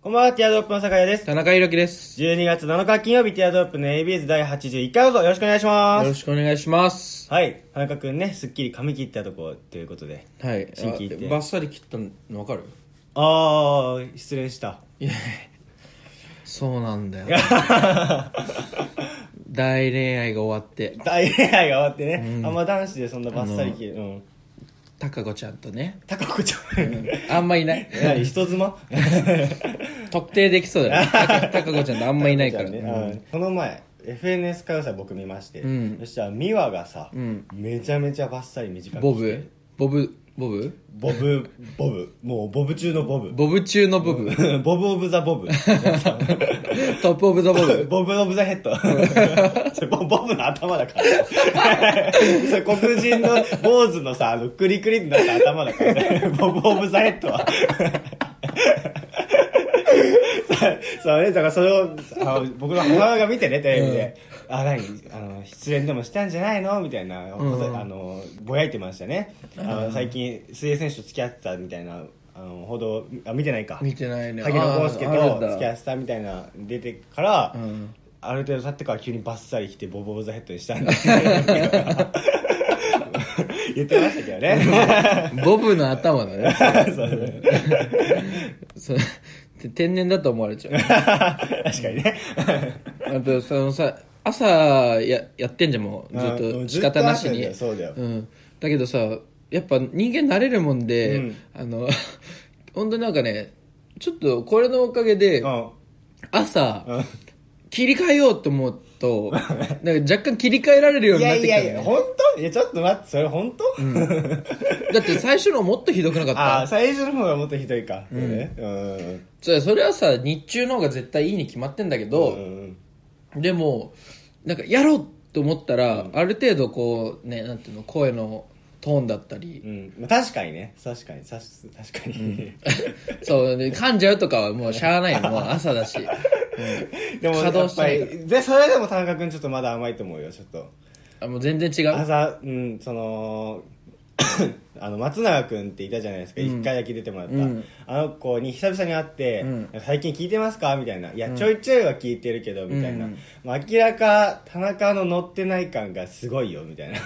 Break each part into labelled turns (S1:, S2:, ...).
S1: こんばんは、ティアドロップの酒屋です。
S2: 田中裕樹です。
S1: 12月7日金曜日、ティアドロップの ABS 第81回放送よろしくお願いしま
S2: よろ
S1: す。
S2: しくお願いします。
S1: はい、田中くんね、すっきり髪切ったとこということで。
S2: はい。
S1: 新規行って
S2: あバッサリ切ったのわかる
S1: あー、失恋した。
S2: いや、そうなんだよ。 大恋愛が終わって、
S1: 大恋愛が終わってね。あんま男子でそんなバッサリ切る。うん。
S2: たかこちゃんとね、
S1: 高子ちゃん。
S2: あんまいない。
S1: 何人妻
S2: 特定できそうだよ。たかこちゃんとあん まいないから。
S1: 高子ちゃんねうんこの前、FNS 歌謡祭僕見まして。
S2: うん
S1: そしたら、ミワがさ、
S2: ん
S1: めちゃめちゃバッサリ短く
S2: ボ
S1: して
S2: ブボブボブ
S1: ボブ、ボブ。もう、ボブ中のボブ。
S2: ボブ中のボブ。
S1: ボブオブザボブ。
S2: トップオブザボ ブ。
S1: ボブオブザヘッド。それボボブの頭だから。それ黒人の坊主のさ、あの、クリクリになった頭だから、ね。 ボブオブザヘッドは。そうね、だからそれを、あの僕の母親が見てね、テレビで。あ、何あの、失恋でもしたんじゃないのみたいな、あの、ぼやいてましたね。あの、最近、水泳選手と付き合ってたみたいな、あの、報道、あ、見てないか。
S2: 見てないね。
S1: 萩野公介
S2: あーある
S1: と
S2: んだ
S1: 付き合わせたみたいな出てから、
S2: うん
S1: ある程度経ってから急にバッサリ来てボボボザヘッドにしたんで言ってましたけどね
S2: ボブの頭だね。
S1: そうね
S2: そう天然だと思われちゃう。
S1: 確かにね
S2: あとそのさ朝ややってんじゃんもうずっ
S1: うん
S2: と
S1: ず
S2: 仕
S1: っと
S2: 方なし
S1: 朝
S2: に
S1: だよそうだよ
S2: ん、だけどさやっぱ人間慣れるもんで、
S1: うん
S2: あの 本当になんかねちょっとこれのおかげで
S1: うん
S2: 朝、
S1: うん
S2: 切り替えようと思 うとなんか若干切り替えられるよう
S1: い
S2: にな
S1: や
S2: って
S1: い
S2: きた
S1: や
S2: の
S1: い
S2: ね
S1: や本当いやちょっと待ってそれ本当、
S2: だって最初のもっとひどくなかっ
S1: ああ
S2: た
S1: 最初の方がもっとひどいか、そうねうん
S2: それそれはさ日中の方が絶対いいに決まってんだけど、
S1: うん
S2: でもなんかやろうと思ったら、ある程度こうねなんていうの声のトーンだったり、
S1: うんまあ確かにね確かにさし確かに、
S2: そうね噛んじゃうとかはもうしゃあない よもう朝だし、
S1: でもや
S2: 稼働
S1: っ
S2: し
S1: ぱ
S2: ないから
S1: りでそれでも田中君ちょっとまだ甘いと思うよちょっと
S2: あもう全然違う
S1: 朝うんその あの松永君っていたじゃないですか、一回だけ出てもらった、
S2: うん
S1: あの子に久々に会って「
S2: うん
S1: 最近聞いてますか?」みたいな「いやちょいちょいは聞いてるけど」みたいな、
S2: うん
S1: もう明らか田中の乗ってない感がすごいよみたいな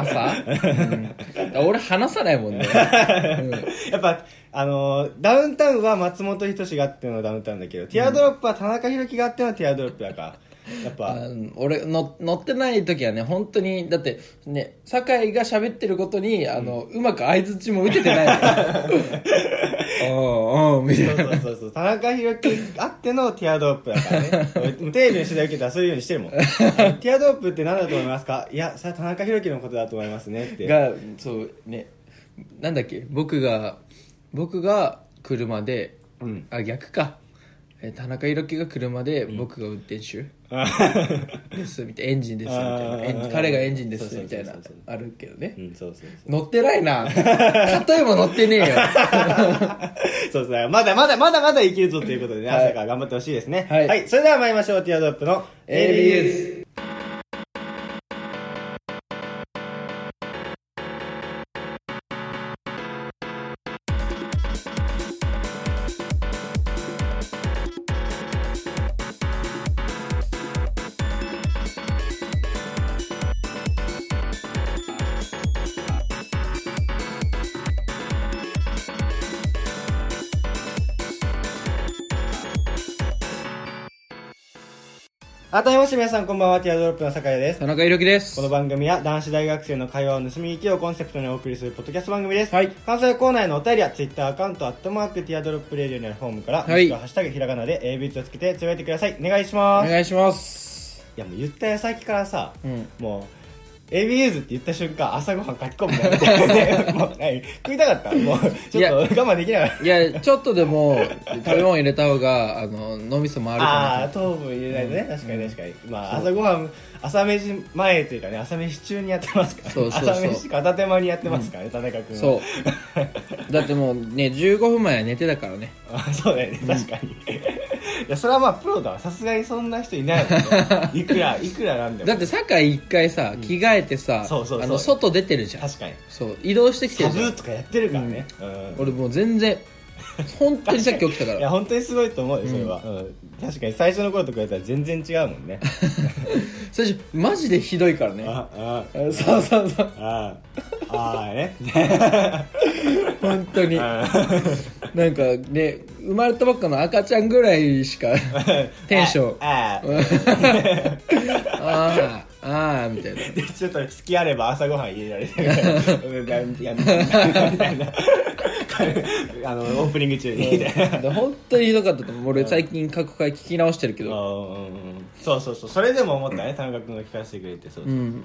S2: あー朝、うん俺話さないもんね、
S1: やっぱあのダウンタウンは松本人志があってのダウンタウンだけど、ティアドロップは田中宏樹があってのティアドロップだからやっ
S2: あ
S1: ぱ
S2: ー俺の乗ってない時はね本当にだってね酒井が喋ってることにあの、うまく相槌も打ててない のおうおうみた
S1: そ
S2: いな
S1: うそうそうそう田中宏樹あってのティアドロップだからね俺テレビの取材受けたらそういうようにして るもんティアドロップって何だと思いますかいやそれは田中宏樹のことだと思いますね って
S2: がそうねなんだっけ僕が僕が車で、
S1: うん
S2: あ逆かえ田中裕樹が車で僕が運転手ですみたいなエンジンですみた
S1: あ
S2: いな
S1: ー
S2: エンジン彼がエンジンで
S1: そう
S2: す
S1: そう
S2: みたいな
S1: そうそう
S2: あるけどね
S1: うんそうそう
S2: 乗ってないな例えば乗っ てねえよ
S1: そうそうそうまだまだまだまだいけるぞということでね、
S2: はい
S1: 朝から頑張ってほしいですねは、
S2: はいい
S1: それでは参りましょうティアドロップの ABS 改めまして皆さんこんばんはティアドロップの酒屋です
S2: 田中裕樹です
S1: この番組は男子大学生の会話を盗み聞きをコンセプトにお送りするポッドキャスト番組です。はい。関西校内のお便りは Twitter アカウント、アットマーク、ティアドロップレディオにあるフォームから、
S2: はい
S1: もしくハッシュタグひらがなで ABS をつけてつぶやいてください。お願いしま
S2: お
S1: す。い
S2: 願いします
S1: や、もう言ったよ、さっきからさ、
S2: うん
S1: もう、ABS って言った瞬間、朝ごはん書き込むのやめてもう、何食い たかったもう、ち
S2: い
S1: ょ
S2: や
S1: っと我慢できなかった。
S2: いやちょっとでも食べ物入れた方があの脳みそ回る
S1: あ
S2: か
S1: あー、糖分入れないとね、確かに確かに。まあ、朝ごはん、朝飯前というかね、朝飯中にやってますから、
S2: そうそうそう
S1: 朝飯片手間にやってますからね、田中君
S2: ら
S1: は。
S2: そうだってもうね15分前は寝てたからね
S1: あ そうだよね確かに、いやそれはまあプロだわさすがにそんな人いないもん ねいくらいくらなんでも
S2: だって酒井一回さ着替えてさ、
S1: そうそうそう
S2: あの外出てるじゃん
S1: 確かに
S2: そう移動してきて
S1: サ
S2: る
S1: ブ
S2: じゃん
S1: ーとかやってるからね、うん
S2: 俺もう全然本当にさっき起きたか
S1: いや
S2: ら
S1: 本当にすごいと思うよそれは、うん確かに最初の頃と比べたら全然違うもん ね
S2: 最初マジでひどいからね
S1: ああ
S2: うんそうそうそう
S1: ああああね
S2: 本当に
S1: あ
S2: なんかね生まれたばっかの赤ちゃんぐらいし か テンション
S1: ああ
S2: ああああみたいな
S1: でちょっと隙あれば朝ごはん入れられ て るいやいやみたいなあのオープニング中にみたいな
S2: で本当にひどかったと思う俺最近過去回聞き直してるけど
S1: うんうんうんそうそうそうそれでも思ったね田中君が聞かせてくれてそうそううん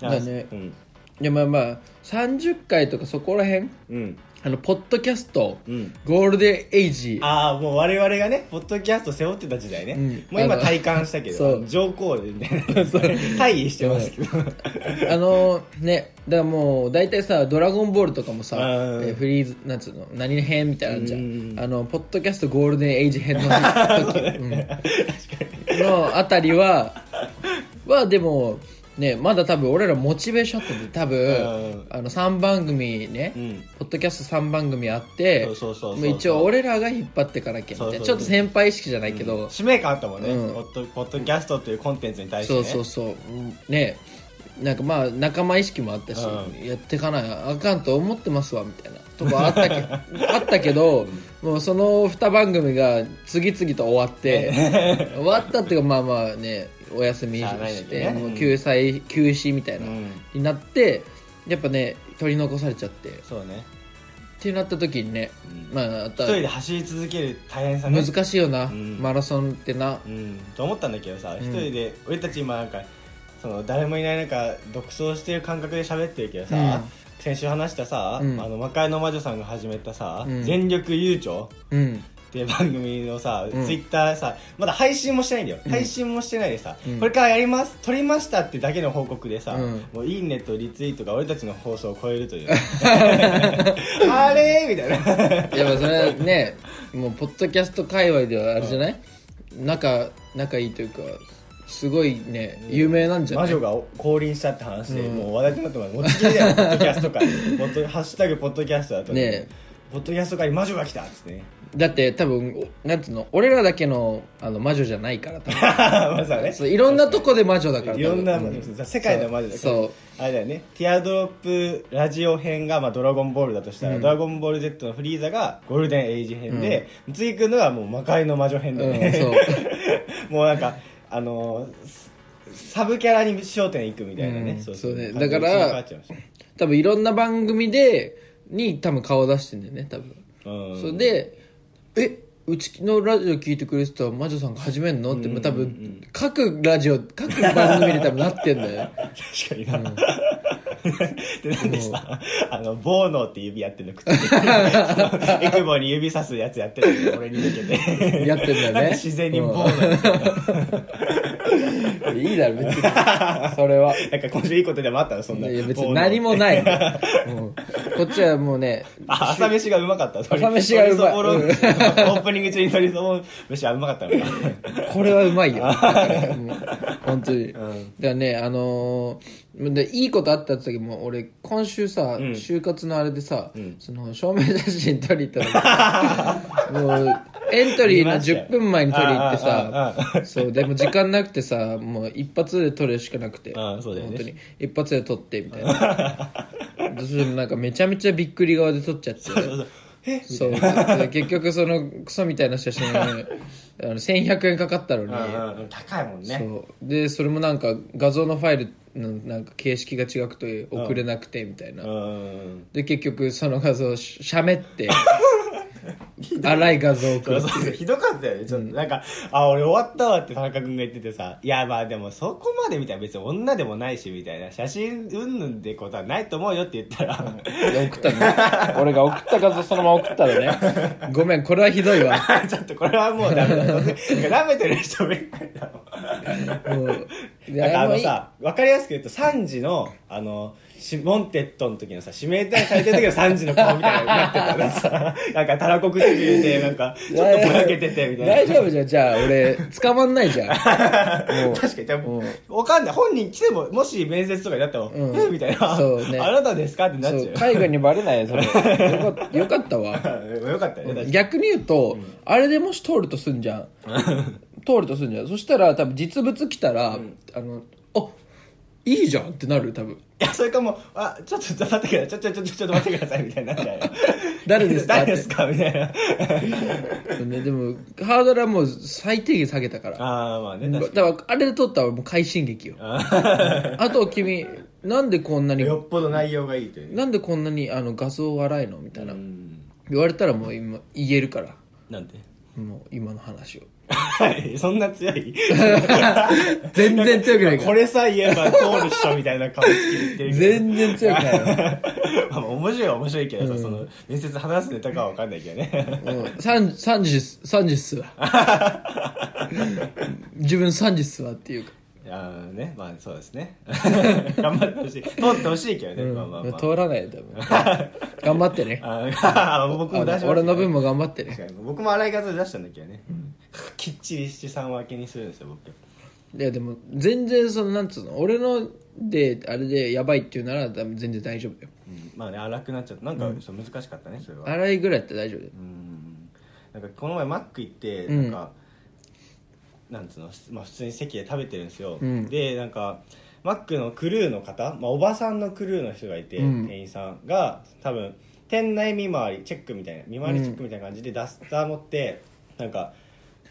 S1: だ
S2: だね
S1: うん
S2: いやまあまあ30回とかそこら辺
S1: うん
S2: あのポッドキャスト、
S1: うん
S2: ゴールデンエイジ
S1: ああもう我々がねポッドキャスト背負ってた時代ね、
S2: うん
S1: もう
S2: あ
S1: 今
S2: の
S1: 体感したけ
S2: そ
S1: ど
S2: う
S1: 上皇でみたいな退位してますけど
S2: あのねだからもう大体さ「ドラゴンボール」とかもさ、
S1: うん
S2: えーフリーズなんつうの何編みたいなのあんじゃん、
S1: うん
S2: あのポッドキャストゴールデンエイジ編の 時、うんのあたりははでもねまだ多分俺らモチベーションあったんで多
S1: う
S2: 分あの3番組ね、
S1: うん
S2: ポッドキャスト3番組あって
S1: そうそうそうそう
S2: も一応俺らが引っ張ってかなきゃみたい
S1: そ
S2: な
S1: うそう
S2: ちょっと先輩意識じゃないけど、
S1: 使命感あったもんね、
S2: うん
S1: ポッドポッドキャストというコンテンツに対して、
S2: そ
S1: ね、
S2: うそうそう、うんねなんかまあ仲間意識もあったし、
S1: う
S2: やってかなあかんと思ってますわみたいなとこあったけ あったけどもうその2番組が次々と終わ って終わったっていうかまあまあねお休み
S1: しゃあないんだ
S2: し
S1: け
S2: て、
S1: どね
S2: もう救済休止みたいな、
S1: うん
S2: になってやっぱね取り残されちゃってっ
S1: そうね
S2: てなった時にね、まああと
S1: 一
S2: は
S1: 人で走り続ける大変さね
S2: 難しいよな、
S1: ん
S2: マラソンってな
S1: うんと思ったんだけどさ一、人で俺たち今なんかその誰もいない中独走してる感覚で喋ってるけどさ、
S2: うん
S1: 先週話したさ、
S2: うん
S1: あの魔界の魔女さんが始めたさ「
S2: うん
S1: 全力悠長」
S2: うん
S1: っていう番組のさ、
S2: うん
S1: ツイッターさまだ配信もしてないんだよ、配信もしてないでさ、
S2: うん
S1: これからやります撮りましたってだけの報告でさ、
S2: うん
S1: もういいねとリツイートが俺たちの放送を超えると いうあれみたいな
S2: いやまあそれはねもうポッドキャスト界隈ではあれじゃない、仲仲いいというかすごいね有名なんじゃ
S1: 魔
S2: ない、
S1: 女が降臨したって話で、もう話題になってます持ちきりだよポッドキャスト界ポッドハッシュタグポッドキャストだと
S2: ねえ
S1: ポッドキャスト界に魔女が来たっつってね
S2: だって多分おなんつうの俺らだけのあの魔女じゃないから多分
S1: まずはね
S2: そういろんなとこで魔女だから多分
S1: いろんな、
S2: う
S1: 世界の魔女だけど
S2: そう
S1: あれだよねティアドロップラジオ編が、まあ、ドラゴンボールだとしたら、ドラゴンボール Z のフリーザがゴールデンエイジ編で、次来るのがもう魔界の魔女編だね、 もうなんかあのーサブキャラに焦点いくみたいなね、
S2: うんそうね
S1: 感じで
S2: だから
S1: 切り替わっちゃいました
S2: 多分いろんな番組でに多分顔出してんだよね多分、
S1: うん
S2: それでえうちのラジオ聞いてくれてた魔女さんが始めんのって、多分各ラジオ各番組で多分なってんだよ
S1: 確かにな、でなんでさあのボーノーって指やってんのくっつ けてエクボに指さすやつやってる俺に向けて
S2: やってんだよね
S1: なんか自然にボーノーって
S2: いいだろ別にそれは
S1: なんか今週いいことでもあったのそん
S2: い
S1: な
S2: や別に何もないうんこっちはもうね
S1: あ朝飯がうまかった
S2: 朝飯がうま
S1: 鶏
S2: い
S1: そぼろオープニング中に鶏そぼろ飯はうまかったの か
S2: これはうまいよだからもう本当に、
S1: ん
S2: だからねあのーでいいことあったって言ったけどもう俺今週さ、
S1: ん
S2: 就活のあれでさ、
S1: ん
S2: その証明写真撮りに行った のもうエントリーの10分前に撮りに行って
S1: あああ
S2: さそうでも時間なくてさもう一発で撮るしかなくて
S1: ああそうだよね
S2: 本当に一発で撮ってみたいな でそれもなんかめちゃめちゃびっくり顔で撮っちゃって
S1: なえ
S2: そうで結局そのクソみたいな写真が ねあの1100円かかったの
S1: う
S2: に、
S1: んうん高いもんね
S2: そうでそれもなんか画像のファイルのなんか形式が違くて送れなくてみたいな、
S1: うん
S2: で結局その画像をししゃべって 荒い画像を送
S1: そう
S2: る
S1: そうそうひどかったよねちょっとなんか、あ俺終わったわって田中君が言っててさいやまあでもそこまでみたいな別に女でもないしみたいな写真うんぬんってことはないと思うよって言ったら、
S2: で送ったのね俺が送った画像そのまま送った のねごめんこれはひどいわ
S1: ちょっとこれはもうダメだな舐めてる人ばっかりだもん
S2: もう い
S1: なんかあ
S2: もう
S1: の
S2: いい
S1: さ、わかりやすく言うと、3時の、あの、シモンテッドの時のさ指名手配されてる時の3時の顔みたいになってたからさなんかたらこ口言うてなんかちょっとぼやけててみたいな
S2: 大丈夫じゃんじゃあ俺捕まんな いじゃんもう
S1: 確かに多
S2: うん
S1: 分わかんない本人来てももし面接とかになったら「
S2: ん
S1: え みたいな、
S2: そうね
S1: あなたですか?」ってなっ
S2: そう
S1: ちゃう
S2: 海外にバレないよそれよかよかったわ
S1: よかったよね確か
S2: 逆に言うと、あれでもし通るとすんじゃ ん通るとすんじゃんそしたら多分実物来たら、あのあいいじゃんってなる多分
S1: いやそれかもう「あちょっと待ってくださいちょちょちょちょっと待ってください」みたいになっちゃうよ
S2: 誰ですか
S1: 誰ですかみたい な
S2: ね、でもハードルはもう最低限下げたから
S1: ああまあね
S2: だ
S1: 確か
S2: からあれで撮ったらもう快進撃よあと君なんでこんなに
S1: によっぽど内容がいいというね
S2: なんでこんなにあの画像荒いのみたいな
S1: うん
S2: 言われたらもう今言えるから
S1: なんで
S2: もう今の話を
S1: そんな強い
S2: 全然強くないか
S1: こ
S2: ら
S1: れさえ言えば通るっしょみたいな顔つきで言ってるけど
S2: 全然強くないわ
S1: まあまあ面白いは面白いけどさ、その面接話すネタかは分かんないけどね
S2: うん、3, 3時っす3時 っすわ自分3時っすわっていうか、
S1: あーねまあそうです ね頑張ってほしい通ってほしいけどね、まあまあまあ
S2: 通らないよ多分頑張ってね
S1: あー僕も出しま
S2: あ
S1: し
S2: の
S1: た
S2: 俺の分も頑張ってね
S1: 確かに僕も洗い方で出したんだけどね、きっちり七三分けにするんですよ僕
S2: いやでも全然そのなんつうの俺のであれでやばいっていうなら多分全然大丈夫よ
S1: うんまあね荒くなっちゃったなんか、そう難しかったねそれは
S2: 洗いぐらいだって大丈夫だよ
S1: うんなんかこの前マック行って
S2: うん
S1: なんか、なんつうの、まあ、普通に席で食べてるんですよ、
S2: うん
S1: でなんかマックのクルーの方、まあ、おばさんのクルーの人がいて、
S2: うん
S1: 店員さんが多分店内見回りチェックみたいな見回りチェックみたいな感じでダスター持ってなんか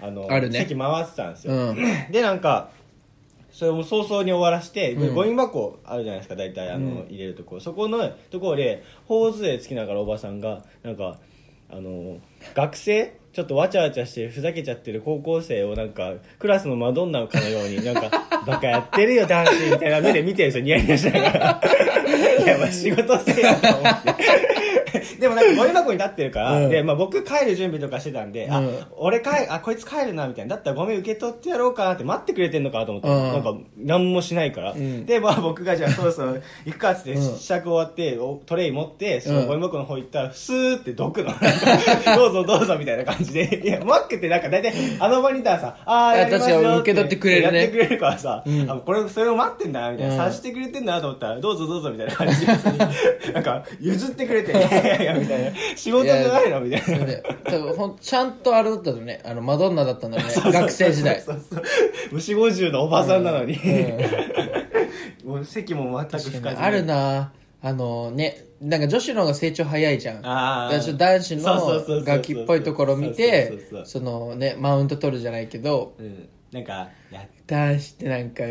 S1: あの
S2: あるね
S1: 席回ってたんですよ、
S2: うん
S1: でなんかそれも早々に終わらして、
S2: うん
S1: ゴミ箱あるじゃないですか大体あの、
S2: うん
S1: 入れるとこそこのところで頬杖つきながらおばさんがなんかあの学生ちょっとわちゃわちゃしてふざけちゃってる高校生をなんかクラスのマドンナかのように なんかバカやってるよ男子みたいな目で見てるんですよニヤニヤしながらいやまあ仕事せえよと思ってでもなんかゴミ箱に立ってるから、
S2: うん
S1: で、まあ、僕帰る準備とかしてたんで、あ
S2: うん
S1: 俺帰あこいつ帰るなみたいなだったらゴミ受け取ってやろうかなって待ってくれてんのかなと思って、
S2: うん
S1: なんか何もしないから、
S2: うん
S1: で、まあ、僕がじゃあそろそろ行くかっつって
S2: うん
S1: 試着終わっておトレイ持ってそ
S2: うん
S1: のゴミ箱の方行ったらスーってどくの どうぞどうぞみたいな感じでいやマックってなんか大体あの場にいたらさああ
S2: いや
S1: やりますよ
S2: 確かに受け取ってくれるね
S1: やってくれるからさ、
S2: うん
S1: あこれそれを待ってんだなみたいな、
S2: うん
S1: 察してくれてんだなと思ったらどうぞどうぞみたいな感じで別 になんか譲ってくれていやいやいやみたいな仕事じゃないのみたいな。
S2: それで多分ほんちゃんとあれだったのねあのマドンナ だったんだね学生時代
S1: そうそう虫50のおばさんなのに、 もう席も全く
S2: 確
S1: 深
S2: か
S1: か
S2: にあるなあのねなんか女子の方が成長早いじゃん
S1: あー
S2: だからちょっと男子
S1: そうそうそうそうそ
S2: の
S1: う
S2: ガキっぽいところ見
S1: そうそうそうそ
S2: て
S1: う
S2: そのねマウント取るじゃないけど
S1: うん、なんかや
S2: 男子ってなんか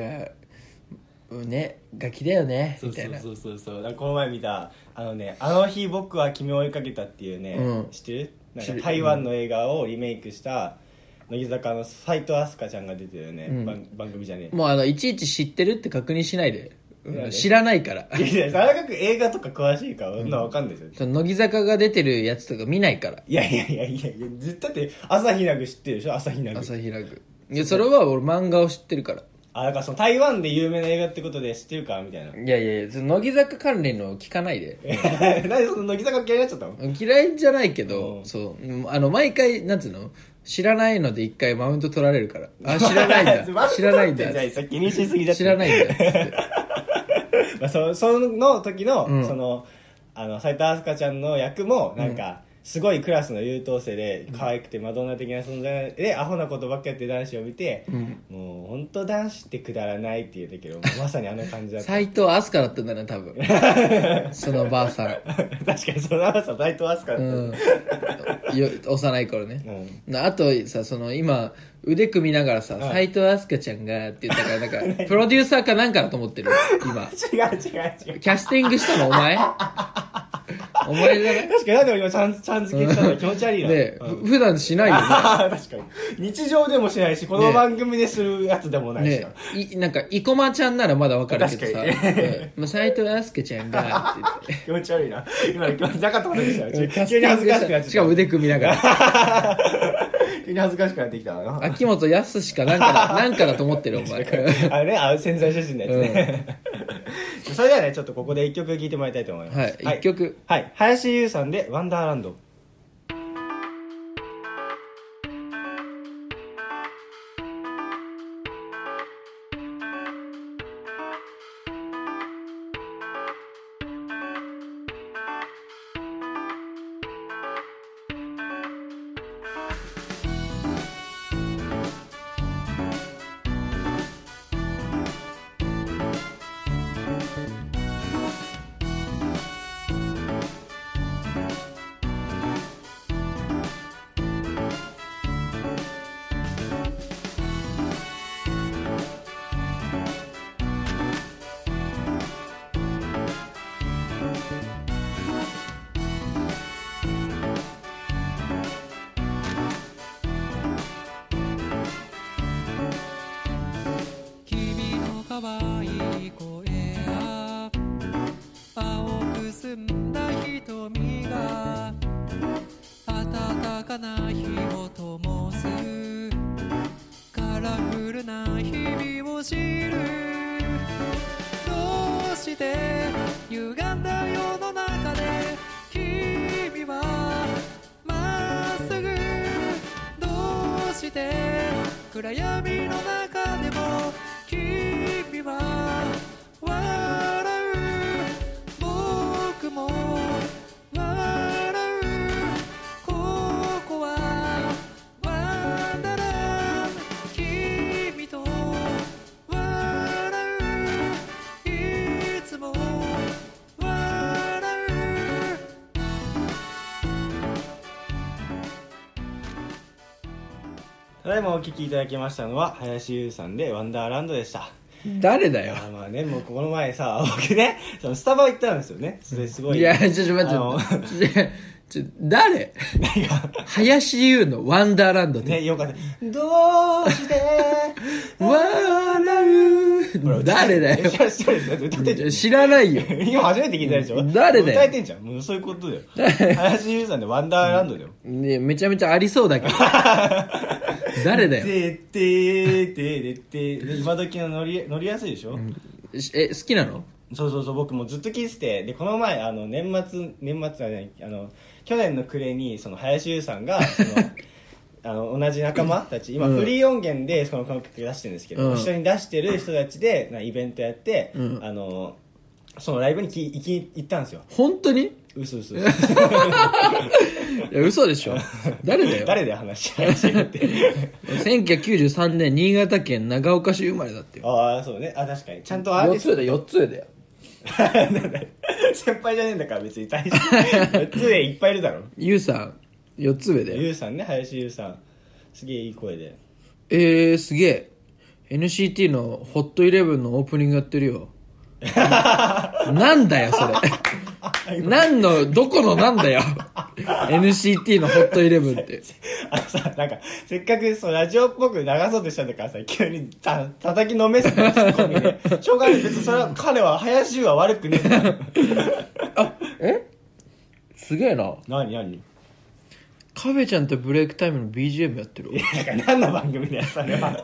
S2: うんねガキだよね
S1: そう
S2: みたい
S1: そう
S2: な
S1: そうそうそうだからこの前見たあのね「あの日僕は君を追いかけた」っていうね、
S2: うん
S1: 知ってるなん
S2: 知
S1: か
S2: る
S1: 台湾の映画をリメイクした乃木坂の斎藤飛鳥ちゃんが出てるね、
S2: ん
S1: 番番組じゃねえ
S2: もうあのいちいち知ってるって確認しないでうん
S1: なんで
S2: 知らないから
S1: いやいや田中君映画とか詳しいからそんなわかんないですよ、
S2: その乃木坂が出てるやつとか見ないから
S1: いやいやいやいやいや絶対だって朝日奈グ知ってるでしょ朝日奈グ
S2: 朝日ラグいやそれは俺漫画を知ってるから
S1: あだからその台湾で有名な映画ってことで知ってるかみたいな
S2: いやいやいやその乃木坂関連のを聞かないで
S1: なんでその乃木坂嫌いになっちゃったの
S2: 嫌いじゃないけど、
S1: うん
S2: そううんあの毎回なんつうの知らないので一回マウント取られるからあ知らない んだ知らないんだ
S1: じゃあ気にしすぎだって
S2: 知らないんだっつって
S1: まあ、そその時の、
S2: うん
S1: そのあの斉藤飛鳥ちゃんの役もなんか、すごいクラスの優等生で可愛くてマドンナ的な存在でアホなことばっかやってる男子を見て、もう本当男子ってくだらないって言うんだけどまさにあの感 じだった
S2: 斎藤飛鳥だったんだな 多分そのばあさん、
S1: 確かにその朝斉藤飛鳥だった、
S2: うん、よ幼い頃ね、
S1: うん
S2: あとさその今腕組みながらさ斎、藤飛鳥ちゃんがって言ったからなんかプロデューサーかなんかだと思ってる今
S1: 違う違う違う
S2: キャスティングしたのお前お前じゃ ない
S1: 確かになんで俺今ちゃんちゃん付けしたの気持ち悪いな、
S2: ね
S1: うん
S2: ふ普段しないよね
S1: あー確かに日常でもしないしこの番組でするやつでもないしな、
S2: ねいなんか生駒ちゃんならまだわかるけどさ
S1: 確かに
S2: うんまあ斎藤飛鳥ちゃんがって言って
S1: 気持ち悪いな今の気持ちなかったことでした
S2: キャス
S1: 急に
S2: ティン
S1: 恥
S2: グ
S1: ずかしくなっちゃ
S2: し
S1: った
S2: たしかも腕組みなが ら
S1: 急に恥ずかしくなってきたわな
S2: 秋元康しかなんかだなんかだと思ってるお前
S1: あれねあの潜在写真のやつね、 それではねちょっとここで一曲聴いてもらいたいと思います
S2: はい一曲
S1: はい林優さんで「ワンダーランド」
S3: 君の可愛い声や青く澄んだ瞳が暖かな火を灯すカラフルな日々を知るどうして歪んだ世の中で君はまっすぐどうして暗闇の中でも君は笑う僕も笑うここはワンダーランド君と笑ういつも笑う
S1: ただいまお聴きいただきましたのは林優さんで「ワンダーランド」でした
S2: 誰だよ
S1: あまあねもうこの前さ 僕ねそのスタバ行ったんですよねそれすごい
S2: いや ちょっと
S1: あの
S2: 待ってちょ ちょ誰林優の「ワンダーランド」って
S1: ねよかったどうして
S2: 「笑う」 誰だ
S1: 知
S2: よ
S1: ってるんですよ歌ってんじゃん
S2: 知らないよ
S1: 今初めて聞いたでしょ
S2: 誰だよ
S1: 歌えてんじゃんもうそういうことだよ林優さんで「ワンダーランド」だよ
S2: ねめちゃめちゃありそう だけど誰だよ
S1: てってててて今時の乗り乗りやすいでしょ、
S2: しえ好きなの
S1: そうそうそう僕もずっと聞いててでこの前あの年末年末じゃないあの去年の暮れにその林優さん がそのあの同じ仲間たち今
S2: うん
S1: フリー音源でそのこの曲出してるんですけど、
S2: うん
S1: 一緒に出してる人たちでなイベントやって、
S2: うん
S1: あのそのライブにき行き行ったんですよ
S2: 本当に
S1: うすうす
S2: いや嘘でしょ誰だよ
S1: 誰で話し話してるって
S2: 1993年新潟県長岡市生まれだってよ
S1: ああそうねあ確かにちゃんとアーティスト
S2: だ4つ上だよ
S1: 先輩じゃねえんだから別に大して杖いっぱいいるだろ
S2: ゆうさん4つ上だよ
S1: ゆうさんね林ゆうさんすげえいい声で
S2: えー、すげえ NCT のホットイレブンのオープニングやって るよなんだよそ れ何のどこのなんだよ NCT のホットイレブンって
S1: あのさ、なんか、せっかくそうラジオっぽく流そうとしたんだからさ、急にた叩きのめすから、ツッコミで。しょうがない、別にそれは、彼は、林は悪くねえんだよ。
S2: えすげえな
S1: 何、 何
S2: カベちゃんとブレイクタイムの BGM やってる
S1: なんか何の番組だよ、それは。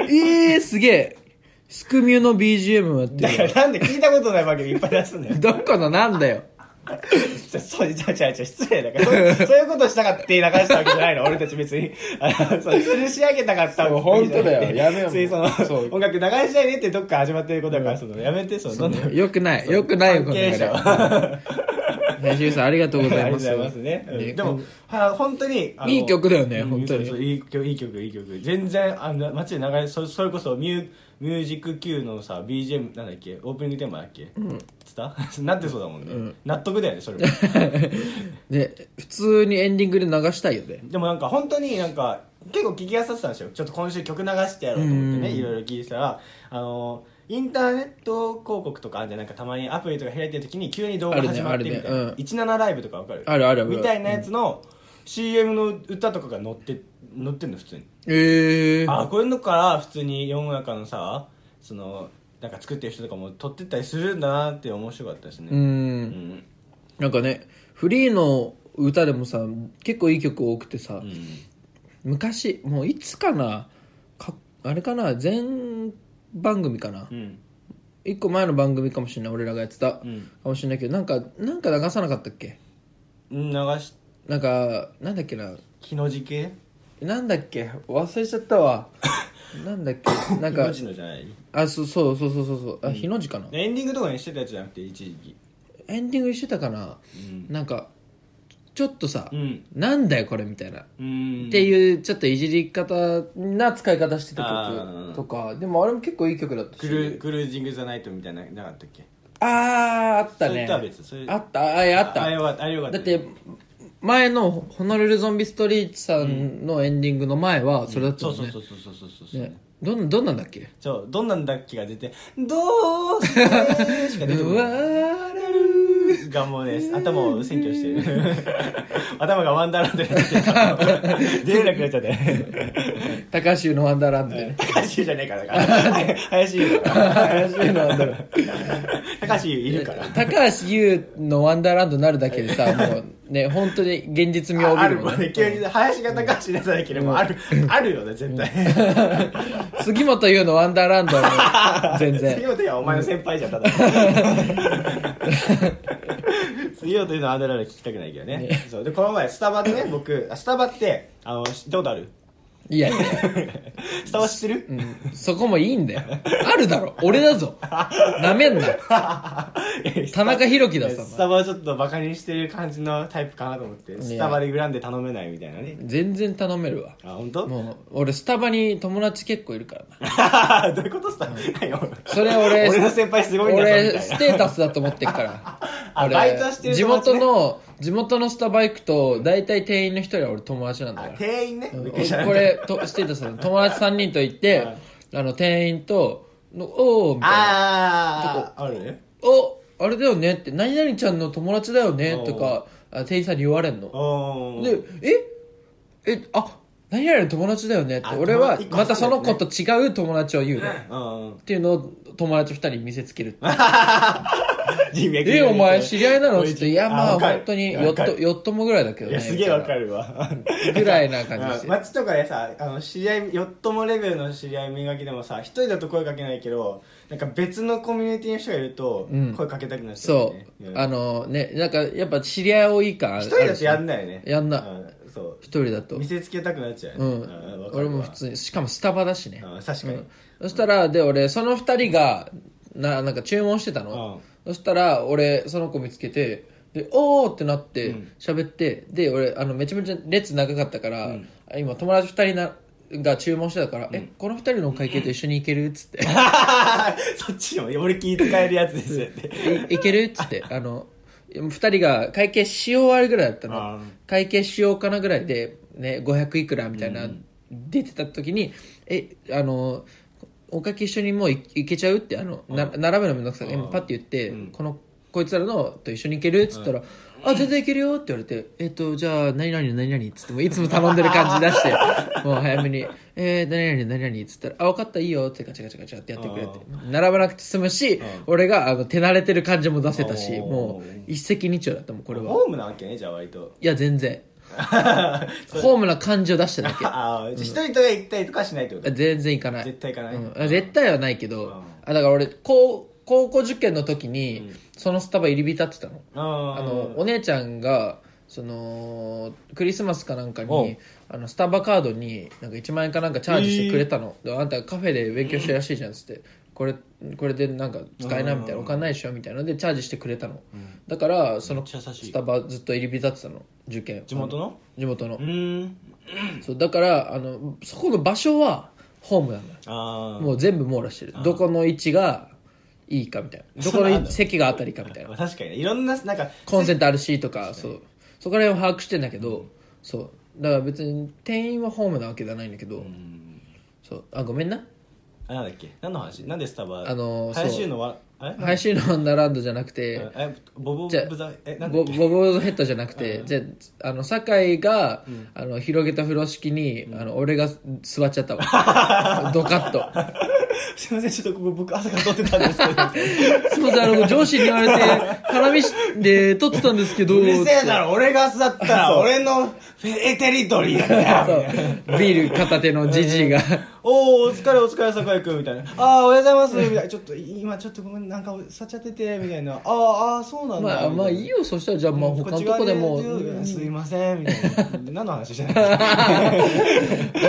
S2: えー、すげえスクミュの BGM もやって
S1: だ
S2: る
S1: から、なんで聞いたことない番組いっぱい出すん だよ。
S2: どこのなんだよ
S1: ちょそう、ちゃちゃちゃ、失礼だからそう、そういうことしたかって流したわけじゃないの、俺たち別に。あの、そう、吊るし上げたかったわけ
S2: そう本当だよ
S1: じゃなくて
S2: やめよう
S1: 別にその、
S2: そう
S1: 音楽流したいねってどっから始まってることだから、その、やめて、その、なんだよ
S2: よくないよくないよこ
S1: 関
S2: の
S1: 係
S2: 流れ
S1: 者
S2: 林優さんありがとうござ
S1: あり
S2: い
S1: がとうご
S2: ま す
S1: ざいますね。うん
S2: ね
S1: で も、は本当に。あの
S2: いい曲だよね
S1: うん
S2: 本当に
S1: そうそういい曲、いい曲、いい曲。全然、あの、街で流れ、そそれこそミュー、ミュージック Q のさ、BGM、なんだっけ、オープニングテーマだっけうん。伝わ なってそうだもんね。納得だよね、それも。
S2: ね普通にエンディングで流したいよね
S1: でもなんか本当になんか、結構聞きやすかったんですよ。ちょっと今週曲流してやろうと思ってね、
S2: うん
S1: いろいろ聞いてたら、あの、インターネット広告とかあるじゃんなんかたまにアプリとか開いてる時に急に動画始まってみたいな、
S2: あるねあるねうん
S1: 17ライブとかわかる
S2: あるあるある
S1: みたいなやつの CM の歌とかが載って載ってんの普通に
S2: ええ
S1: あこういうのから普通に世の中のさそのなんか作ってる人とかも撮ってったりするんだなって面白かったです
S2: う
S1: ねうんん
S2: なんかねフリーの歌でもさ結構いい曲多くてさ、
S1: うん
S2: 昔もういつかなかあれかな全番組かな、
S1: うん
S2: 一個前の番組かもしれない俺らがやってた、
S1: ん
S2: かもしれないけどなんかなんか流さなかったっけ
S1: うん流し
S2: なんかなんだっけな
S1: 木の字系
S2: なんだっけ忘れちゃっ たわなんだっけなん
S1: 木
S2: か
S1: の字のじゃない
S2: あそうそうそうそうそうそうあ日の字かな、
S1: エンディングとかにしてたやつじゃなくて一時期
S2: エンディングしてたかな、なんかちょっとさ、
S1: うん
S2: なんだよこれみたいな、
S1: うん
S2: っていうちょっといじり方な使い方してた
S1: あ
S2: 曲
S1: ー
S2: とかでもあれも結構いい曲だった
S1: ク
S2: し
S1: ルクルージング・ザ・ナイトみたいなのなかったっけ
S2: あああったね
S1: それとは別それ
S2: あったあいやあった
S1: あれよかったあれよかった
S2: だって前の「ホノルルゾンビストリート」さんのエンディングの前はそれだった
S1: そ
S2: も
S1: うん
S2: ね、
S1: そうそうそうそうそうそう、
S2: ねどんどんなんだっけ
S1: そうどんなんだっけが出て「どうして」しか出てこ
S2: う
S1: ない
S2: わる
S1: がもうね頭を占拠してる頭がワンダーランドになってる出れなくなっちゃって
S2: 高橋優の「ワンダーランド」
S1: 高橋優じゃねえからだから林優だから
S2: 高橋優のワンダーランド
S1: 高橋優いるから
S2: 高橋優の「ワンダーランド」なるだけでさもうね本当に現実味を
S1: ああ
S2: 帯
S1: る
S2: びる
S1: も
S2: も
S1: ん
S2: んね
S1: ね急に林が高橋出さなければあるあるよね絶対
S2: 杉本優の「ワンダーランド」も 全
S1: 杉
S2: 然
S1: 本はお前の先輩じゃんただ 杉本いうのはあだ名で聞きたくないけどねそうでこの前スタバでね僕あスタバってあの知どうだる
S2: いやいや
S1: スタバ知ってる、い
S2: そこもいいんだよあるだろ俺だぞなめんな
S1: やス
S2: 田
S1: タバ
S2: 中宏樹だぞ
S1: スタバはちょっとバカにしてる感じのタイプかなと思ってスタバで恨んで頼めないみたいなね
S2: 全然頼めるわ
S1: あ本当ど
S2: もう俺スタバに友達結構いるからな
S1: ういうことスタバ何よ
S2: それ俺
S1: 俺の先輩すごいんだぞみた
S2: 俺
S1: いな
S2: ステータスだと思ってっから
S1: あ
S2: 俺
S1: バイトしてる
S2: 地
S1: 友達
S2: 元
S1: ね
S2: の地元のスタバ行くと大体店員の一人は俺友達なんだ
S1: あ
S2: から
S1: 店員ね、
S2: うん
S1: びっくりした
S2: これとステータスだ友達3人と行ってあの店員と「のおお」みたいな
S1: あああるね
S2: 「おあれだよね」って「何々ちゃんの友達だよね」
S1: おー
S2: とかあ店員さんに言われんの
S1: おー
S2: で「ええあ何々の友達だよね」って
S1: あ
S2: 俺は
S1: 友達
S2: またその子と違う友達を言うの
S1: うん
S2: っていうのを友達2人に見せつけるっていう
S1: 人脈
S2: えお前知り合いなのつっていやまあ
S1: わかる
S2: 本当に
S1: わ
S2: よっ
S1: かる
S2: とよっともぐらいだけど
S1: い
S2: ね
S1: やすげえわ
S2: み
S1: か
S2: たい
S1: るわ
S2: ぐらいな感じで
S1: う
S2: す
S1: ん
S2: よ
S1: 街とかでさあの知り合いよっともレベルの知り合い磨きでもさ一人だと声かけないけどなんか別のコミュニティの人がいると
S2: ん
S1: 声かけたくなっちゃうよ
S2: そ
S1: ね、
S2: う、
S1: ん
S2: あのねなんかやっぱ知り合い多い感ある
S1: 一人だとやん
S2: ん
S1: ないよね
S2: やんな
S1: うんそう
S2: 一人だと
S1: 見せつけたくなっちゃう
S2: う
S1: よね、
S2: ん
S1: わかるわ
S2: 俺も普通にしかもスタバだしね
S1: うん確かに、
S2: そしたらで俺その2人がななんか注文してたの、そしたら俺その子見つけてでおーってなって喋って、で俺あのめちゃめちゃ列長かったから、今友達2人なが注文してたから、えこの2人のお会計と一緒に行けるっつって
S1: そっちの俺気使えるやつですよね
S2: いいけるっつってあの2人が会計し終わるぐらいだった
S1: あ
S2: の
S1: ー
S2: 会計しようかなぐらいで、ね、500いくらみたいな、出てた時にえあのおかけ一緒にもういいけちゃうってあのな並べのめんどくさい今パッて言って、このこいつらのと一緒に行けるっつったら、あ全然いけるよって言われてえっ、とじゃあ何々何々っつってもういつも頼んでる感じ出してもう早めにえー、何々何々っつったらあ分かったいいよってガチャガチャガチャってやってくれて並ばなくて済むし、俺があの手慣れてる感じも出せたし
S1: おー
S2: もう一石二鳥だったもんこれ は
S1: ホームなわけねじゃあ割と
S2: いや全然
S1: あ
S2: ホームな感じを出しただけ
S1: あ一人と行ったりとかしないって こと
S2: 全然行かない
S1: 絶対行かない
S2: うんあ絶対はないけど、
S1: うん
S2: あだから俺高高校受験の時に、そのスタバ入り浸ってたの、あ
S1: あ
S2: のお姉ちゃんがそのクリスマスかなんか
S1: お
S2: に
S1: う
S2: あのスタバカードになんか1万円かなんかチャージしてくれたの、であんたカフェで勉強してるらしいじゃんっつってこれこれでなんか使えないみたいなお金ないでしょみたいなのでチャージしてくれたの、だからその
S1: めっちゃ優しい
S2: スタバずっと入り浸ってたの受験
S1: 地元の
S2: 地元の
S1: うーん
S2: そうだからあのそこの場所はホームなのよ
S1: あ
S2: もう全部網羅してるどこの位置がいいかみたいな ど
S1: そん
S2: こ
S1: なのあん
S2: の
S1: の
S2: 席が当たりかみたいな
S1: あ 確かにねいろんななんか
S2: コンセントあるしとかそうそこら辺を把握してんだけどそうだから別に店員はホームなわけじゃないんだけどそうあごめんな
S1: あなんだっけ何の話なんでスタバ
S2: あのーそう
S1: 林のはあれ
S2: 配信のワンダーランドじゃなくて
S1: えボボ
S2: じゃあ
S1: ブザえなんだ
S2: ボ
S1: っけ
S2: ボボードヘッドじゃなくてじゃああの酒井があの広げた風呂敷にあの俺が座っちゃっ たわドカッと。
S1: すいませんちょっとここ僕朝から撮ってたん ですけど
S2: すみません、あの、上司に言われて、花見しで撮ってたんですけど、
S1: うるせえだろ俺がだったら俺のフェテリトリーだよ
S2: そうビール片手のじじいが、
S1: 「おおーお疲れお疲れ酒井君み たいなああおはようございますみたいなちょっと今ちょっとごめんなんか触っちゃっててみたいなあーあーそうなんだ
S2: まあ、まあいいよそしたらじゃあまあ他のとこでも
S1: うすいませんみたいな何の話して ない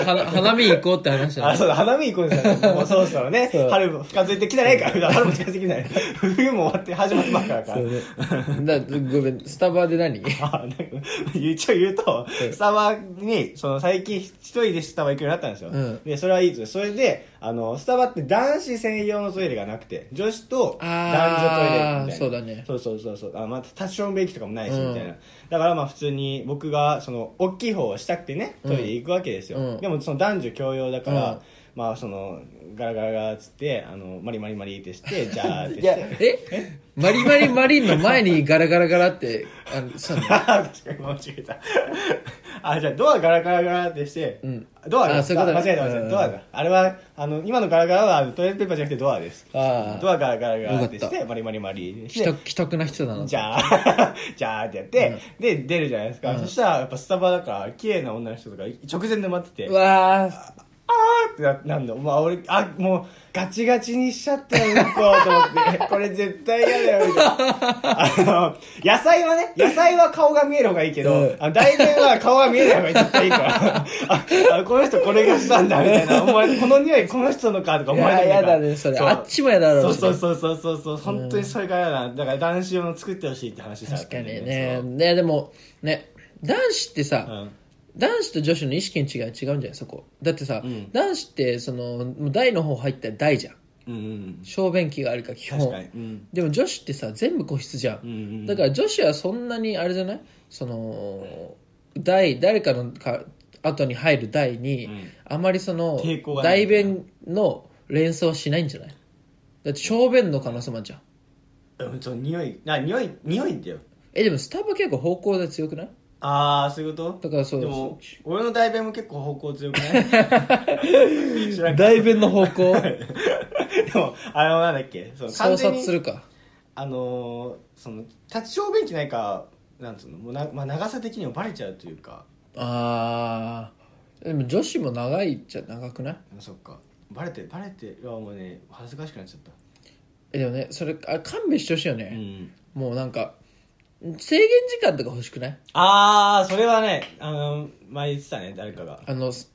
S2: 花花見行こうって話だ
S1: あそうだ花見行こうですよもうそろそろね
S2: そう
S1: 春も近づいてきてないから春も近づいてきてない 冬も終わって始まるばっかだから
S2: そうねだごめんスタバで何
S1: あなんか一応言うと、スタバに、その最近一人でスタバ行くようになったんですよ。
S2: うん
S1: で、それはいいと。それで、あの、スタバって男子専用のトイレがなくて、女子と男
S2: あー
S1: 女トイレみたいな。
S2: そうだね
S1: そうそうそうそう。あまあ、タッションベーキとかもないし、
S2: うん
S1: みたいな。だからまあ普通に僕が、その、大きい方をしたくてね、トイレ行くわけですよ。
S2: うん
S1: でもその男女共用だから、
S2: うん
S1: まあその、ガラガラガラっつって、あの、マリマリマリって して、じゃーって
S2: いや
S1: して。
S2: えマリマリマリンの前にガラガラガラってあのそうね
S1: あー確かに間違えた。あ、じゃあドアガラガラガラってして、
S2: うん
S1: ドアが
S2: あそういうことね
S1: あ間違えた間違え
S2: う
S1: た。
S2: ん
S1: ドアが。あれは、あの、今のガラガラはトイレットペーパーじゃなくてドアです。
S2: ああ
S1: ドアガラガラガラってし
S2: よ
S1: て、マリマリマリでし
S2: 既
S1: て
S2: 得、既得な人だな
S1: じゃあ、 じゃあってやって、で、出るじゃないですか。そしたら、やっぱスタバだから、綺麗な女の人とか直前で待ってて、
S2: うわー
S1: あーってななんだ。まあ、俺、あ、もう、ガチガチにしちゃったよ、向こうと思って。これ絶対嫌だよ、みたいな。あの、野菜はね、野菜は顔が見える方がいいけど、
S2: うん
S1: あの大体は顔が見えない方が絶対いいから。ああ、この人これがしたんだ、みたいな。お前、この匂いこの人のか、とか
S2: い
S1: 思われ
S2: や
S1: て
S2: やだねそれあっちもやだろ
S1: そうう
S2: し
S1: そうそうそうそうそう、本当にそれが嫌だな。だから男子用の作ってほしいって話したかっ
S2: 確
S1: た
S2: か
S1: ん
S2: に
S1: だよ
S2: ね。ねでもね男子ってさ、
S1: そううん
S2: 男子と女子の意識の違いは違うんじゃないそこだってさ、
S1: うん
S2: 男子ってそのもう台の方入ったら台じゃん
S1: うんうん。
S2: 小便器があるから基
S1: 確か
S2: 本
S1: に。うん。
S2: でも女子ってさ全部個室じゃん、
S1: うんうん。
S2: だから女子はそんなにあれじゃないその台誰かのか後に入る台に、
S1: うん
S2: あまりその
S1: 抵抗がない
S2: 代弁の連想はしないんじゃないだって小便の可能性もあるじゃん
S1: うん、そう、匂い、あ、匂い、匂いんだよ。
S2: えでもスタバ結構方向で強くない
S1: ああそういうこと
S2: だからそう
S1: でも俺の代弁も結構方向強くない 知らんけ
S2: 代弁の方
S1: ど
S2: 向
S1: でもあれはなんだっけその
S2: 創
S1: 完全
S2: 殺
S1: に
S2: するか
S1: あのー、その立ち小便器ないかなんつうのもうな、まあ、長さ的にもバレちゃうというか
S2: あーでも女子も長いっちゃ長くない
S1: そっかバレてバレていやもうね恥ずかしくなっちゃった
S2: えでもねそれあ勘弁してほしいよ
S1: う
S2: ね、
S1: ん
S2: もうなんか制限時間とか欲しくない
S1: ああそれはねあの前言ってたね誰かが
S2: あのさ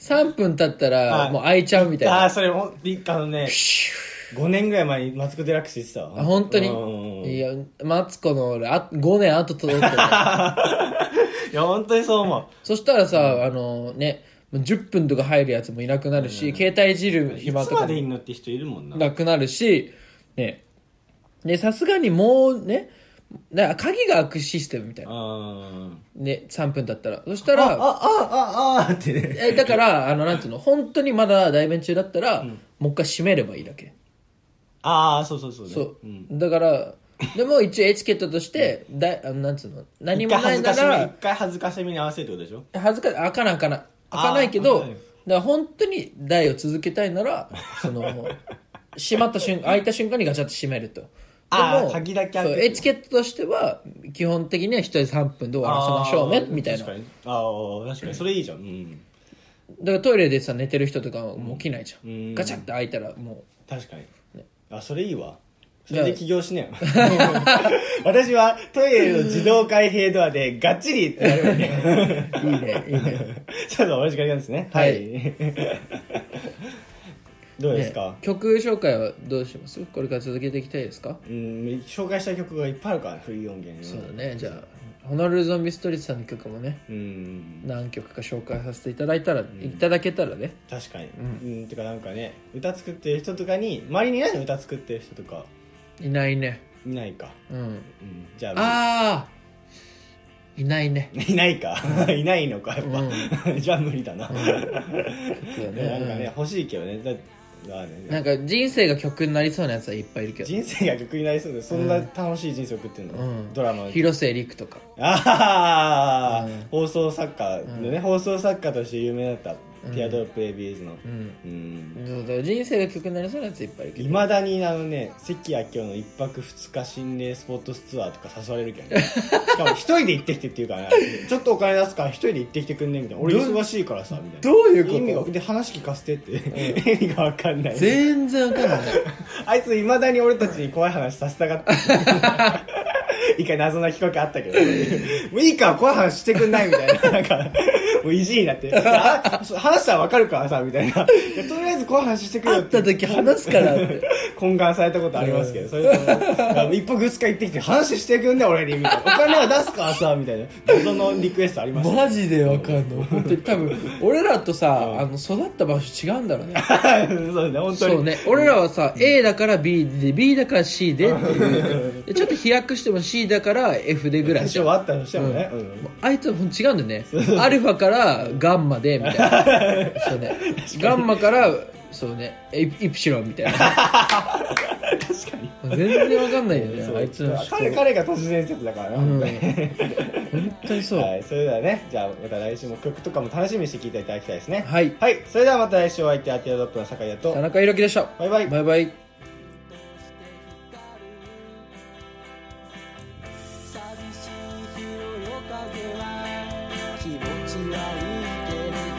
S2: 3分経った
S1: は
S2: ら
S1: い
S2: もう開いちゃうみたい
S1: ああ
S2: な
S1: ーそれもびあのね5年ぐらい前にマツコ・デラックス言ってたわ
S2: あ本当
S1: うん
S2: にいやマツコの俺あ5年後届く と思う
S1: いや本当にそう思う
S2: そしたらさあのねもう10分とか入るやつもいなくなるし、携帯いじる
S1: いつ
S2: 暇と
S1: ま
S2: か
S1: でい
S2: も
S1: んのって人いるもんな
S2: なくなるしねでさすがにもうねだから鍵が開くシステムみたいな
S1: あ
S2: ね3分だったらそした
S1: ああ
S2: ら
S1: あああってね
S2: えだからあのなんていうの本当にまだ代弁中だったら、もう一回閉めればいいだけ
S1: ああそうそうそうね
S2: そう、
S1: ん
S2: だからでも一応エチケットとしてだいあのなんつうの何
S1: 一
S2: も
S1: 回
S2: な
S1: 恥ず
S2: いな
S1: かしめ
S2: ら
S1: 一回恥ずかしめに合わせるってことでしょ
S2: 恥ずかしい開かない開かない開かないけど
S1: あ
S2: だ
S1: ー
S2: か
S1: はい
S2: ら本当に台を続けたいならその閉まった瞬間開いた瞬間にガチャッと閉めると
S1: あー
S2: でも
S1: 鍵だけ開
S2: そ
S1: け
S2: う
S1: て
S2: エチケットとしては基本的には1人3分で終わらせましょうね
S1: あー
S2: みたいなだ
S1: 確かに
S2: か
S1: ああ確かにそれいいじゃんうん
S2: らトイレでさ寝てる人とかはもう起きないじゃん、
S1: うん
S2: ガチャッて開いたらもう
S1: 確かにあそれいいわそ
S2: じゃ
S1: れ
S2: あ
S1: で起業しねよ 私はトイレの自動開閉ドアでガッチリってや るんで
S2: いいね いいね
S1: ちょっとお時間ですね
S2: はい
S1: どうですか、
S2: ね曲紹介はどうしますこれから続けていきたいですか、
S1: うん紹介したい曲がいっぱいあるからフリー音源
S2: そうだねじゃあホノルルゾンビストリートさんの曲もね
S1: うん
S2: 何曲か紹介させていただいたら、いただけたらね
S1: 確かに、うん、てかなんかね歌作ってる人とかに周りにいないの歌作ってる人とか
S2: いないね
S1: いないか、
S2: うん
S1: うん、じゃあ
S2: ああいないね
S1: いないかいないのかやっぱ、 じゃあ無理だな、
S2: そうだ
S1: で もなんかね
S2: ね、
S1: 欲しいけどねだだね
S2: うんなんか人生が曲になりそうなやつはいっぱいいるけど
S1: 人生が曲になりそうでそんな楽しい人生送ってるの、
S2: うん
S1: ドラマ
S2: 広瀬陸とか
S1: ああ、
S2: うん
S1: 放送作家のね、放送作家として有名だったティアドロップレビューズの
S2: うん
S1: うん
S2: そうだ人生が曲になりそうなやついっぱいいるけ
S1: い
S2: ど
S1: まだにあのね関明夫の一泊二日心霊スポットツアーとか誘われるけ どねしかも一人で行ってきてって言うから、ね、ちょっとお金出すから一人で行ってきてくんねみたいな俺
S2: どう
S1: 忙しいからさみたいな
S2: どういうこと
S1: 意味が で話聞かせてって、意味が分かんない
S2: 全然わかんない
S1: あいついまだに俺たちに怖い話させたがって 一回謎な企画あったけど、もういいから怖い話してくんないみたいな。なんか、もう意地になって。あそう話したらわかるからさ、みたいな。いやとりあえず怖い話してくれよ
S2: 会った時話すからって
S1: 懇願されたことありますけど、それとも、あの一泊二日行ってきて話してくんね俺に、みたいな。お金は出すからさ、みたいな。謎のリクエストありました。
S2: マジでわかんの本当に多分俺らとさ、
S1: うん
S2: あの育った場所違うんだろう ね
S1: そうですね、本当に。
S2: そうね俺らはさ、A だから B で B だから C でっていうでちょっと飛躍しても C だから F でぐらい
S1: 一応あったとしてもね。
S2: うん
S1: うん
S2: もうあいつはほんと違うんだよねアルファからガンマでみた いなそうねガンマからそうねエイイプシロンみたいな確かに全然わかんないよねあいつの思考
S1: 彼彼が都市伝説だからな、
S2: うん
S1: 本当に
S2: 本当にそう、
S1: はい、それではね、じゃあまた来週も曲とかも楽しみにして聴いていただきたいですね。
S2: はい
S1: はい、それではまた来週お相手はティアドロップの酒井だと
S2: 田、中裕樹でした
S1: バイバイ。
S2: バイバイ
S4: 寂しい日の夜風は気持ちはいいけれど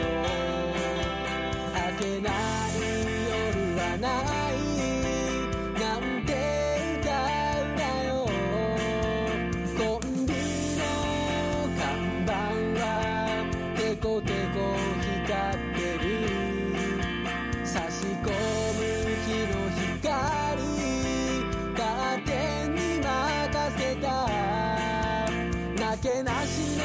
S4: 明けない夜はないなんて歌うなよコンビの看板はテコテコ光ってる差し込む日の光カーテンに任せたなけなしの